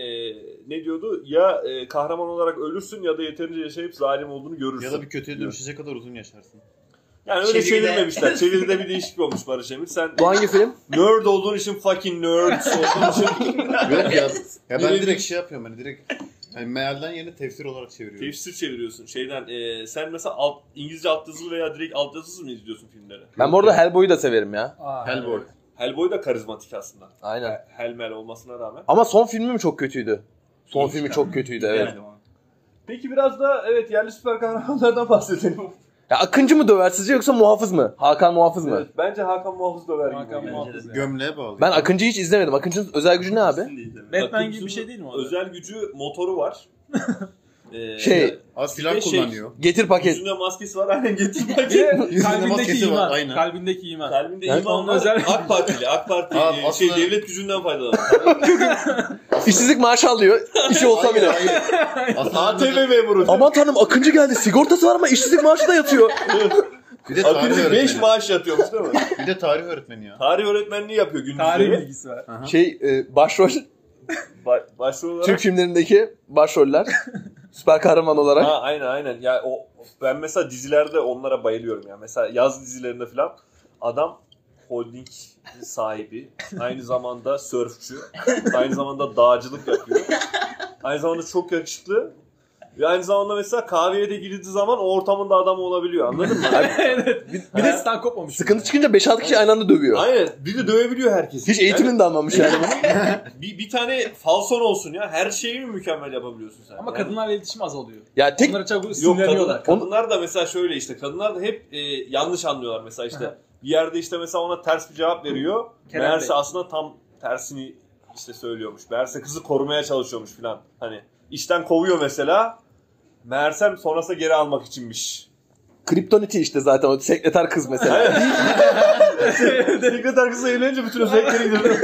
[SPEAKER 3] ne diyordu? Ya e, kahraman olarak ölürsün ya da yeterince yaşayıp zalim olduğunu görürsün.
[SPEAKER 1] Ya da bir kötüye dönüşecek kadar uzun yaşarsın.
[SPEAKER 3] Yani öyle
[SPEAKER 5] Çeviride-
[SPEAKER 3] çevirmemişler. Çeviride bir değişiklik olmuş Barış Emir. Sen
[SPEAKER 2] Bu hangi film?
[SPEAKER 3] nerd olduğun için fucking nerd olduğun için
[SPEAKER 1] Yok ya. Ya ben
[SPEAKER 3] Birebir.
[SPEAKER 1] direkt şey yapıyorum hani direkt hani mealden yerine tefsir olarak çeviriyorum.
[SPEAKER 3] tefsir çeviriyorsun. Şeyden e, sen mesela alt, İngilizce altyazılı veya direkt altyazısız mı izliyorsun filmleri?
[SPEAKER 2] Ben bu arada Hellboy'u da severim ya.
[SPEAKER 4] Aa,
[SPEAKER 1] Hellboy.
[SPEAKER 3] Hellboy da karizmatik aslında.
[SPEAKER 2] Aynen.
[SPEAKER 3] Helmel olmasına rağmen.
[SPEAKER 2] Ama son filmim çok kötüydü. Son
[SPEAKER 5] Hiç
[SPEAKER 2] filmi
[SPEAKER 5] ben-
[SPEAKER 2] çok kötüydü evet.
[SPEAKER 5] Bilemedim onu.
[SPEAKER 3] Peki biraz da evet yerli süper kahramanlardan bahsedelim.
[SPEAKER 2] Ya Akıncı mı döver sizce yoksa muhafız mı? Hakan muhafız mı?
[SPEAKER 3] Evet, bence Hakan Muhafız döver gibi.
[SPEAKER 4] Hakan
[SPEAKER 3] geliyor.
[SPEAKER 4] muhafız ya.
[SPEAKER 1] Gömleğe bağlı.
[SPEAKER 2] Ben Akıncı'yı hiç izlemedim. Akıncı'nın özel gücü ne abi?
[SPEAKER 4] Batman gibi
[SPEAKER 3] Akıncı'nın
[SPEAKER 4] bir şey değil mi o? da?
[SPEAKER 3] Özel gücü motoru var. Ee,
[SPEAKER 2] Şey,
[SPEAKER 1] Az silah
[SPEAKER 3] Bir şey-
[SPEAKER 1] kullanıyor.
[SPEAKER 2] Getir paket.
[SPEAKER 3] Yüzünde maskesi var aynen getir
[SPEAKER 4] Bir de
[SPEAKER 3] paket.
[SPEAKER 4] kalbindeki
[SPEAKER 1] maskesi var,
[SPEAKER 4] iman.
[SPEAKER 1] aynen.
[SPEAKER 4] Kalbindeki iman.
[SPEAKER 3] Kalbinde
[SPEAKER 2] Yani
[SPEAKER 3] iman
[SPEAKER 4] onun
[SPEAKER 3] var.
[SPEAKER 4] özel-
[SPEAKER 3] AK Partili, AK Parti
[SPEAKER 1] Abi
[SPEAKER 3] e, şey
[SPEAKER 1] aslında-
[SPEAKER 3] devlet gücünden faydalanıyor.
[SPEAKER 2] İşsizlik maaşı alıyor. İşi olsa
[SPEAKER 1] Hayır,
[SPEAKER 2] bile.
[SPEAKER 1] hayır. Aslında
[SPEAKER 3] ATV memuru.
[SPEAKER 2] Aman tanrım Akıncı geldi. Sigortası var ama işsizlik maaşı da yatıyor.
[SPEAKER 1] bir de tarih
[SPEAKER 3] Akıncı 5
[SPEAKER 1] öğretmeni.
[SPEAKER 3] maaş yatıyormuş değil mi?
[SPEAKER 1] Bir de tarih öğretmeni ya.
[SPEAKER 3] Tarih öğretmenliği yapıyor gündüzleri.
[SPEAKER 4] Tarih bilgisi var.
[SPEAKER 2] Şey, e, başrol
[SPEAKER 3] Ba- başrol olarak.
[SPEAKER 2] Türk filmlerindeki başroller. Süper kahraman olarak.
[SPEAKER 3] Ha aynen aynen. Ya o ben mesela dizilerde onlara bayılıyorum ya. Mesela yaz dizilerinde falan adam holding sahibi, aynı zamanda sörfçü, aynı zamanda dağcılık yapıyor. Aynı zamanda çok yakışıklı. Ve aynı zamanda mesela kahveye de girdiği zaman o ortamın da adamı olabiliyor anladın mı?
[SPEAKER 4] Bir de
[SPEAKER 3] Ha.
[SPEAKER 4] stan kopmamış.
[SPEAKER 2] Sıkıntı çıkınca 5-6 kişi aynı anda dövüyor.
[SPEAKER 3] Aynen. Bir de dövebiliyor herkesi.
[SPEAKER 2] Hiç eğitimini de almamış yani.
[SPEAKER 3] Yani bir, bir tane falson olsun ya. Her şeyi mi mükemmel yapabiliyorsun sen?
[SPEAKER 4] Ama
[SPEAKER 3] Yani-
[SPEAKER 4] kadınlarla iletişim azalıyor.
[SPEAKER 2] Ya tek
[SPEAKER 4] Onlara çabuk
[SPEAKER 3] Yok kadın,
[SPEAKER 4] sinirleniyorlar.
[SPEAKER 3] kadınlar da mesela şöyle işte kadınlar da hep e, yanlış anlıyorlar mesela işte bir yerde işte mesela ona ters bir cevap veriyor.
[SPEAKER 4] Kerem
[SPEAKER 3] Meğerse
[SPEAKER 4] Bey.
[SPEAKER 3] aslında tam tersini işte söylüyormuş. Meğerse kızı korumaya çalışıyormuş filan. Hani işten kovuyor mesela. Meğersem sonrasında geri almak içinmiş.
[SPEAKER 2] kriptoniti işte zaten o sekreter kız mesela.
[SPEAKER 3] Sekreter kızla evlenince bütün özellikleri gidiyor.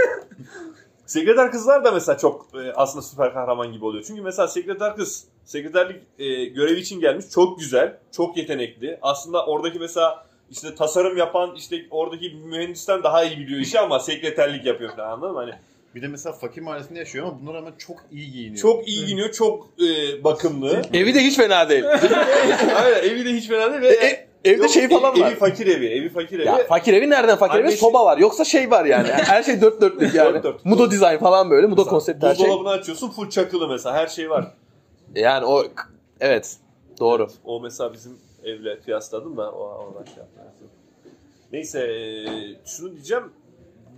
[SPEAKER 3] Sekreter kızlar da mesela çok e, aslında süper kahraman gibi oluyor. Çünkü mesela sekreter kız sekreterlik e, görevi için gelmiş. Çok güzel, çok yetenekli. Aslında oradaki mesela işte tasarım yapan işte oradaki mühendisten daha iyi biliyor işi ama sekreterlik yapıyor falan anladın mı? Hani
[SPEAKER 1] Bir de mesela fakir mahallesinde yaşıyor ama buna rağmen çok iyi giyiniyor.
[SPEAKER 3] çok iyi giyiniyor, çok e, bakımlı.
[SPEAKER 2] Evi de hiç fena değil.
[SPEAKER 3] Aynen evi de hiç fena değil ve
[SPEAKER 2] E, e, evde
[SPEAKER 3] Yok,
[SPEAKER 2] şey
[SPEAKER 3] ev-
[SPEAKER 2] falan var.
[SPEAKER 3] Evi fakir evi, evi fakir evi.
[SPEAKER 2] Ya fakir evi nereden fakir evi?
[SPEAKER 3] Annesi-
[SPEAKER 2] Soba var. Yoksa şey var yani. Her şey dört dörtlük yani.
[SPEAKER 3] Dört dört.
[SPEAKER 2] Mudo design falan böyle. Mudo
[SPEAKER 3] Mesela
[SPEAKER 2] konsept her şey.
[SPEAKER 3] Buzdolabını açıyorsun full çakılı mesela her şey var.
[SPEAKER 2] Yani o evet. Doğru.
[SPEAKER 3] O mesela bizim evle kıyasladım da o oradan şey yaptım. Neyse eee, şunu diyeceğim.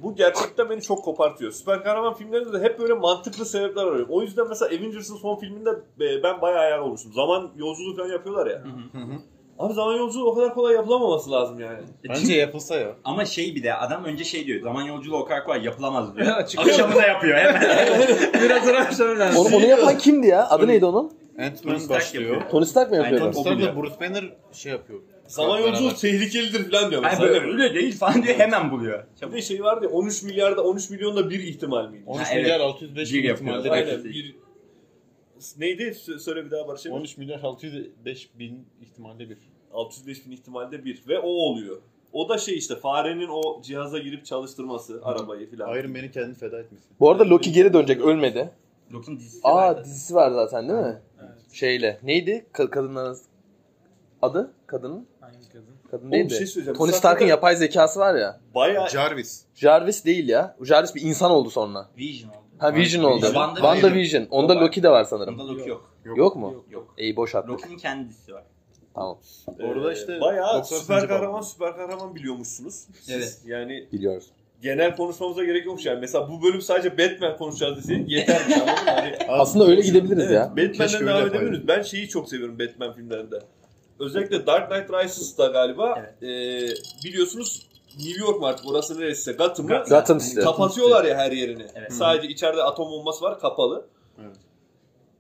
[SPEAKER 3] Bu gerçekten beni çok kopartıyor. Süper kahraman filmlerinde de hep böyle mantıklı sebepler arıyorum. O yüzden mesela Avengers'ın son filminde e, ben bayağı ayar olmuştum. Zaman yolculuğu falan yapıyorlar ya.
[SPEAKER 1] Hı hı.
[SPEAKER 3] Abi zaman yolculuğu o kadar kolay yapılamaması lazım yani.
[SPEAKER 1] Bence yapılsa ya.
[SPEAKER 5] E, Ama şey bir de adam önce şey diyor. Zaman yolculuğu o kadar kolay yapılamaz diyor.
[SPEAKER 4] Evet, çıkıyor.
[SPEAKER 5] Akşamı da yapıyor hemen.
[SPEAKER 4] Biraz şey- uğraşlar lazım.
[SPEAKER 2] Onu, onu yapan kimdi ya? Adı neydi onun?
[SPEAKER 5] Tony
[SPEAKER 1] Ant-Man
[SPEAKER 5] Stark
[SPEAKER 1] başlıyor.
[SPEAKER 5] yapıyor.
[SPEAKER 2] Tony Stark mı
[SPEAKER 5] Aynen,
[SPEAKER 2] yapıyordu?
[SPEAKER 5] Tony-
[SPEAKER 1] Sonra
[SPEAKER 5] O biliyor.
[SPEAKER 1] da Bruce Banner şey yapıyor.
[SPEAKER 3] Zaman
[SPEAKER 1] Beraber.
[SPEAKER 3] yolculuğu tehlikelidir falan diyor
[SPEAKER 5] Yani
[SPEAKER 3] mesela.
[SPEAKER 5] böyle öyle değil falan diyor hemen buluyor.
[SPEAKER 3] Bir
[SPEAKER 5] Çabuk.
[SPEAKER 3] de şey vardı ya 13 milyarda 13 milyonda bir ihtimal miydi?
[SPEAKER 1] 13
[SPEAKER 5] Ha, evet.
[SPEAKER 1] milyar 605
[SPEAKER 5] Bir
[SPEAKER 1] bin
[SPEAKER 5] yapıyor.
[SPEAKER 1] ihtimalle
[SPEAKER 5] Aynen.
[SPEAKER 1] bekliyor.
[SPEAKER 3] Aynen bir... Neydi? Sö- Söyle bir daha Barış. abi.
[SPEAKER 1] 13 milyar 605 bin ihtimalle bir.
[SPEAKER 3] 605 bin ihtimalde bir ve o oluyor. O da şey işte farenin o cihaza girip çalıştırması arabayı filan.
[SPEAKER 1] Iron Man'in kendini feda etmesi.
[SPEAKER 2] Bu arada Loki geri dönecek. Ölmedi.
[SPEAKER 5] Loki'nin dizisi
[SPEAKER 2] Aa
[SPEAKER 5] vardı.
[SPEAKER 2] dizisi var zaten değil mi? Şeyle. Neydi? Ka- kadınların adı? Kadının?
[SPEAKER 4] Hangi kadın?
[SPEAKER 2] Kadın
[SPEAKER 3] Oğlum
[SPEAKER 2] değil
[SPEAKER 3] bir şey
[SPEAKER 2] de.
[SPEAKER 3] söyleyeceğim.
[SPEAKER 2] Tony
[SPEAKER 3] Sen
[SPEAKER 2] Stark'ın
[SPEAKER 3] zaten
[SPEAKER 2] yapay zekası var ya.
[SPEAKER 3] Bayağı
[SPEAKER 1] Jarvis.
[SPEAKER 2] Jarvis değil ya. Jarvis bir insan oldu sonra.
[SPEAKER 5] Vision oldu.
[SPEAKER 2] Ha Vision oldu.
[SPEAKER 5] Vision.
[SPEAKER 2] Wanda Vision. Onda
[SPEAKER 5] O var.
[SPEAKER 2] Loki de var sanırım.
[SPEAKER 5] Bunda Loki yok.
[SPEAKER 1] Yok.
[SPEAKER 2] Yok mu?
[SPEAKER 5] Yok.
[SPEAKER 2] İyi boş attık.
[SPEAKER 5] Loki'nin kendi dizisi var.
[SPEAKER 2] Tamam.
[SPEAKER 1] Orada
[SPEAKER 3] e,
[SPEAKER 1] işte
[SPEAKER 3] bayağı
[SPEAKER 1] 90.
[SPEAKER 3] süper kahraman
[SPEAKER 1] bağlı.
[SPEAKER 3] süper kahraman biliyormuşsunuz. Siz
[SPEAKER 5] Evet.
[SPEAKER 3] Yani
[SPEAKER 2] Biliyoruz.
[SPEAKER 3] genel konuşmamıza gerek yok yani. Mesela bu bölüm sadece Batman konuşacağız deseydik yetermiş anladın mı? Hani,
[SPEAKER 2] Aslında öyle gidebiliriz
[SPEAKER 3] evet,
[SPEAKER 2] ya.
[SPEAKER 1] Keşke
[SPEAKER 3] Batman'den
[SPEAKER 1] öyle
[SPEAKER 3] devam
[SPEAKER 1] yapaydım.
[SPEAKER 3] edebiliriz. Ben şeyi çok seviyorum Batman filmlerinde. Özellikle Dark Knight Rises'da galiba e, biliyorsunuz New York mu artık orası neresi Gotham'ı
[SPEAKER 2] Gotham City.
[SPEAKER 3] Kapatıyorlar ya her yerini.
[SPEAKER 5] Evet.
[SPEAKER 3] Sadece içeride atom bombası var kapalı.
[SPEAKER 1] Evet.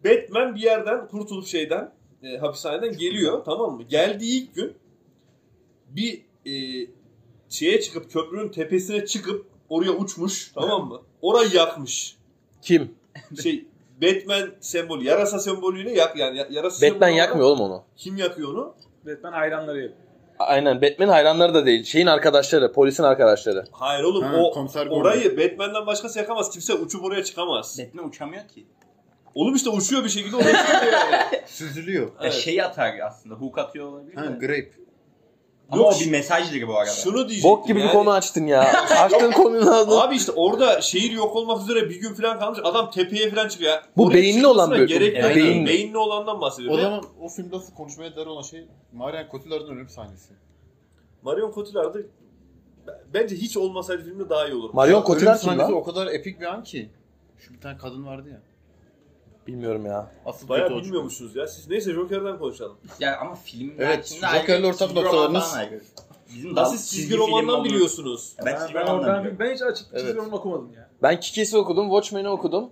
[SPEAKER 3] Batman bir yerden kurtulup şeyden e, hapishaneden geliyor tamam mı? Geldiği ilk gün bir e, şeye çıkıp köprünün tepesine çıkıp oraya uçmuş tamam mı? Orayı yakmış.
[SPEAKER 2] Kim?
[SPEAKER 3] Şey Batman sembolü, yarasa sembolüyle yak yani ya- yarasa
[SPEAKER 2] Batman
[SPEAKER 3] sembolü-
[SPEAKER 2] yakmıyor oğlum onu.
[SPEAKER 3] Kim yakıyor onu?
[SPEAKER 4] Batman hayranları yapıyor.
[SPEAKER 2] Aynen. Batman hayranları da değil. Şeyin arkadaşları. Polisin arkadaşları.
[SPEAKER 3] Hayır oğlum
[SPEAKER 1] Ha,
[SPEAKER 3] o
[SPEAKER 1] komiser Gordon.
[SPEAKER 3] orayı Batman'den başkası yakamaz. Kimse uçup oraya çıkamaz.
[SPEAKER 5] Batman uçamıyor ki.
[SPEAKER 3] Oğlum işte uçuyor bir şekilde oraya çıkıyor yani.
[SPEAKER 1] Süzülüyor.
[SPEAKER 5] Ya
[SPEAKER 3] Evet.
[SPEAKER 5] şeyi atar aslında. Hook atıyor olabilir
[SPEAKER 1] Ha,
[SPEAKER 5] de.
[SPEAKER 1] grape.
[SPEAKER 5] Ama
[SPEAKER 3] Yok,
[SPEAKER 5] o bir mesajdır bu arada.
[SPEAKER 3] Şunu diyecektim.
[SPEAKER 2] Bok gibi
[SPEAKER 3] yani.
[SPEAKER 2] bir konu açtın ya. Açtığın konunun ağzını.
[SPEAKER 3] Abi işte orada şehir yok olmak üzere bir gün falan kalmış. Adam tepeye falan çıkıyor. ya.
[SPEAKER 2] Bu
[SPEAKER 3] Oraya
[SPEAKER 2] beyinli
[SPEAKER 3] çıkmasına
[SPEAKER 2] olan bölüm.
[SPEAKER 3] Gerek yok.
[SPEAKER 5] Evet,
[SPEAKER 2] beyinli.
[SPEAKER 3] Beyinli. beyinli olandan bahsediyorum.
[SPEAKER 1] O zaman o filmde asıl konuşmaya değer olan şey Marion Cotillard'ın ölüm sahnesi.
[SPEAKER 3] Marion Cotillard'ı b- bence hiç olmasaydı filmde daha iyi olur.
[SPEAKER 2] Marion
[SPEAKER 1] ölüm
[SPEAKER 2] Cotillard kim
[SPEAKER 1] sahnesi
[SPEAKER 2] lan?
[SPEAKER 1] o kadar epik bir an ki. Şu bir tane kadın vardı ya.
[SPEAKER 2] Bilmiyorum ya.
[SPEAKER 1] Asıl
[SPEAKER 3] Bayağı
[SPEAKER 1] kötü o çünkü.
[SPEAKER 3] bilmiyormuşsunuz ya. Siz neyse Joker'den konuşalım.
[SPEAKER 5] Yani ama film
[SPEAKER 1] Evet,
[SPEAKER 5] şimdi
[SPEAKER 1] Joker'le
[SPEAKER 5] ayrı,
[SPEAKER 1] ortak
[SPEAKER 5] çizgi
[SPEAKER 1] noktalarınız-
[SPEAKER 5] romandan ayrı. Bizim
[SPEAKER 3] Nasıl
[SPEAKER 5] dal-
[SPEAKER 3] siz
[SPEAKER 5] çizgi
[SPEAKER 3] çizgi
[SPEAKER 5] film
[SPEAKER 3] romandan
[SPEAKER 5] olduğunu-
[SPEAKER 3] biliyorsunuz?
[SPEAKER 5] Ben,
[SPEAKER 4] Ben,
[SPEAKER 5] çizgi
[SPEAKER 4] ben,
[SPEAKER 5] romandan
[SPEAKER 4] oradan,
[SPEAKER 5] biliyorum.
[SPEAKER 4] ben hiç açık çizgi
[SPEAKER 1] Evet.
[SPEAKER 4] roman okumadım ya.
[SPEAKER 2] Ben Kikis'i okudum, Watchmen'i okudum.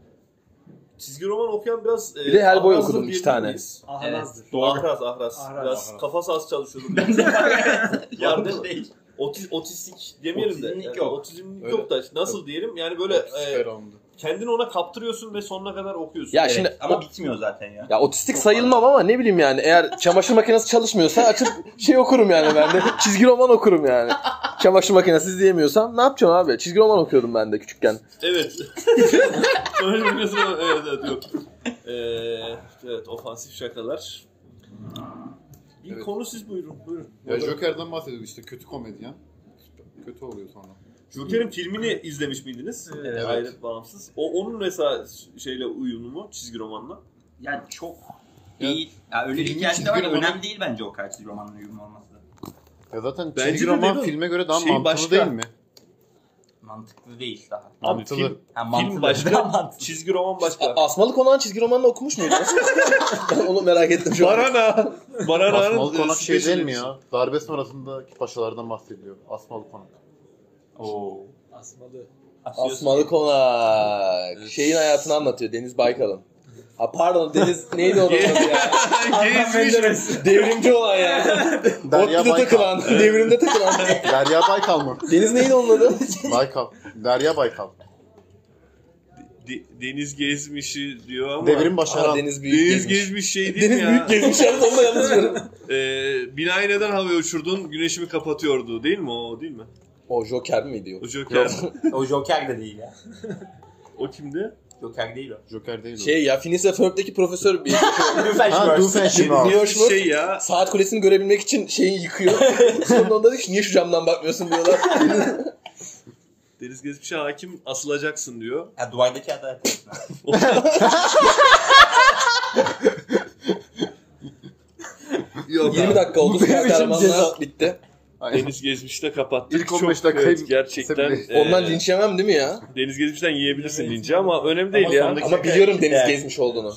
[SPEAKER 3] Çizgi roman okuyan biraz... e,
[SPEAKER 2] Bir de Hellboy okudum iki tane.
[SPEAKER 4] Ah, Ahrazdır.
[SPEAKER 3] Ahraz, ahraz.
[SPEAKER 4] Ahraz.
[SPEAKER 3] Biraz
[SPEAKER 1] Ahraz.
[SPEAKER 3] kafası az çalışıyordum.
[SPEAKER 5] Ben de var.
[SPEAKER 3] Yanlış
[SPEAKER 5] Yanlış değil.
[SPEAKER 3] Otiz, otistik demeyelim de.
[SPEAKER 5] Otizmlik
[SPEAKER 3] Yani
[SPEAKER 5] yok.
[SPEAKER 3] Otizmlik
[SPEAKER 1] Öyle.
[SPEAKER 3] yok da nasıl diyelim yani böyle
[SPEAKER 1] Çok
[SPEAKER 3] e,
[SPEAKER 1] süper oldu.
[SPEAKER 3] kendini ona kaptırıyorsun ve sonuna kadar okuyorsun.
[SPEAKER 2] Ya
[SPEAKER 5] Evet,
[SPEAKER 2] şimdi
[SPEAKER 5] ama bitmiyor zaten ya.
[SPEAKER 2] ya otistik sayılmam ama ne bileyim yani eğer çamaşır makinesi çalışmıyorsa açıp şey okurum yani ben de. Çizgi roman okurum yani. Çamaşır makinesi izleyemiyorsam ne yapacağım abi? Çizgi roman okuyordum ben de küçükken.
[SPEAKER 3] Evet. Öyle biliyorsun ama evet evet yok. Ee, evet ofansif şakalar. Bir
[SPEAKER 1] Evet.
[SPEAKER 3] konu siz buyurun buyurun.
[SPEAKER 1] Ya Joker'dan bahsediyorum işte kötü komedyen. Kötü oluyor sonra.
[SPEAKER 3] Joker'in filmini izlemiş miydiniz?
[SPEAKER 5] Evet.
[SPEAKER 3] Hayret bağımsız. O onun mesela şeyle uyumlu mu çizgi romanla?
[SPEAKER 5] Yani çok
[SPEAKER 1] Ya,
[SPEAKER 5] değil. Ya öyle bir
[SPEAKER 1] filmin
[SPEAKER 5] hikayesi
[SPEAKER 1] çizgi
[SPEAKER 5] de var. da
[SPEAKER 1] romanı-
[SPEAKER 5] Önemli değil bence o kadar çizgi romanların uyumlu olması.
[SPEAKER 1] Ya zaten
[SPEAKER 3] Bence
[SPEAKER 1] çizgi
[SPEAKER 3] de
[SPEAKER 1] roman
[SPEAKER 3] değil mi?
[SPEAKER 1] filme göre daha
[SPEAKER 3] Şey
[SPEAKER 1] mantıklı
[SPEAKER 3] başka.
[SPEAKER 1] değil mi?
[SPEAKER 5] Mantıklı değil daha.
[SPEAKER 3] Abi
[SPEAKER 1] Mantıklı.
[SPEAKER 3] film,
[SPEAKER 5] Ha,
[SPEAKER 3] film
[SPEAKER 5] mantıklı. Daha
[SPEAKER 3] başka,
[SPEAKER 5] mantıklı.
[SPEAKER 3] çizgi roman başka.
[SPEAKER 2] A- Asmalı Konağın çizgi romanını okumuş muydun? Ben Onu merak ettim şu an.
[SPEAKER 3] Barana. Barana'nın
[SPEAKER 1] Asmalı konak
[SPEAKER 3] e,
[SPEAKER 1] şey değil mi
[SPEAKER 3] special
[SPEAKER 1] ya? Darbe sonrasındaki paşalardan bahsediliyor. Asmalı konak.
[SPEAKER 3] Oo.
[SPEAKER 4] Asmalı.
[SPEAKER 2] Asmalı Konak. Şeyin hayatını anlatıyor Deniz Baykal'ın. Ha pardon Deniz neydi onun adı ya?
[SPEAKER 4] Adnan Menderes.
[SPEAKER 2] Devrimci olan ya.
[SPEAKER 1] Derya
[SPEAKER 2] Otlu'da
[SPEAKER 1] Baykal.
[SPEAKER 2] takılan, devrimde takılan.
[SPEAKER 1] Derya Baykal mı?
[SPEAKER 2] Deniz neydi onun adı?
[SPEAKER 1] Baykal. Derya Baykal.
[SPEAKER 3] De- Deniz gezmişi diyor ama.
[SPEAKER 1] Devrim
[SPEAKER 2] Aha,
[SPEAKER 1] başaran.
[SPEAKER 2] Deniz Büyük
[SPEAKER 3] Deniz
[SPEAKER 2] Deniz
[SPEAKER 3] gezmiş,
[SPEAKER 2] Gezmiş.
[SPEAKER 3] şey değil mi
[SPEAKER 2] Deniz
[SPEAKER 3] ya?
[SPEAKER 2] Büyük Gezmiş yalnız onu da yalnız görüyorum.
[SPEAKER 3] Ee, binayı neden havaya uçurdun? Güneşimi kapatıyordu değil mi o değil mi?
[SPEAKER 2] O Joker miydi yok?
[SPEAKER 3] O Joker.
[SPEAKER 5] o Joker de değil ya.
[SPEAKER 3] o kimdi?
[SPEAKER 5] Joker değil o.
[SPEAKER 1] Joker değil
[SPEAKER 2] Şey ya Phineas ve Ferb'deki profesör bir
[SPEAKER 1] o. Ha Doofenshmirtz.
[SPEAKER 2] Dioşmut
[SPEAKER 3] Şey ya.
[SPEAKER 2] saat kulesini görebilmek için şeyi yıkıyor. Sonra onda diyor ki niye şu camdan bakmıyorsun diyorlar.
[SPEAKER 3] Deniz Gezmiş'e hakim asılacaksın diyor.
[SPEAKER 5] Ya duvardaki adalet etme.
[SPEAKER 3] Yok
[SPEAKER 2] 20 dakika oldu.
[SPEAKER 1] Bu benim için ceza.
[SPEAKER 2] Kahramanlar bitti.
[SPEAKER 1] Aynen.
[SPEAKER 3] Deniz Gezmiş de kapattı.
[SPEAKER 1] İlk 15 dakikayı
[SPEAKER 3] evet, gerçekten.
[SPEAKER 1] kesebiliriz.
[SPEAKER 3] e,
[SPEAKER 2] Ondan linç yemem değil mi ya?
[SPEAKER 3] Deniz Gezmiş'ten yiyebilirsin linci ama önemli değil
[SPEAKER 1] Ama
[SPEAKER 3] ya.
[SPEAKER 1] sondaki-
[SPEAKER 2] Ama biliyorum Deniz
[SPEAKER 5] Evet.
[SPEAKER 2] Gezmiş olduğunu.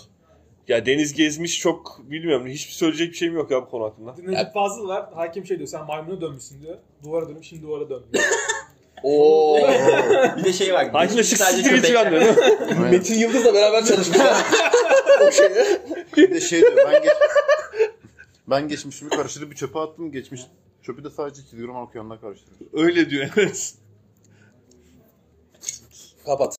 [SPEAKER 3] Ya Deniz Gezmiş çok bilmiyorum. Hiçbir söyleyecek bir şeyim yok ya bu konu hakkında.
[SPEAKER 4] Necip Fazıl var. Hakim şey diyor sen maymuna dönmüşsün diyor. Duvara dönmüş şimdi duvara dönmüyor.
[SPEAKER 2] Oo.
[SPEAKER 5] bir de şey var.
[SPEAKER 3] Hakim de şık
[SPEAKER 5] sadece
[SPEAKER 3] siktir hiç
[SPEAKER 5] köpekler.
[SPEAKER 3] yanmıyor.
[SPEAKER 1] Aynen.
[SPEAKER 2] Metin Yıldız'la beraber çalışmışlar. o şeyi.
[SPEAKER 1] Bir de şey diyor ben geç... ben geçmişimi karıştırıp bir çöpe attım. Geçmiş çöpü de sadece çizgi roman okuyanlar karıştırıyor.
[SPEAKER 3] Öyle diyor evet.
[SPEAKER 2] Kapat.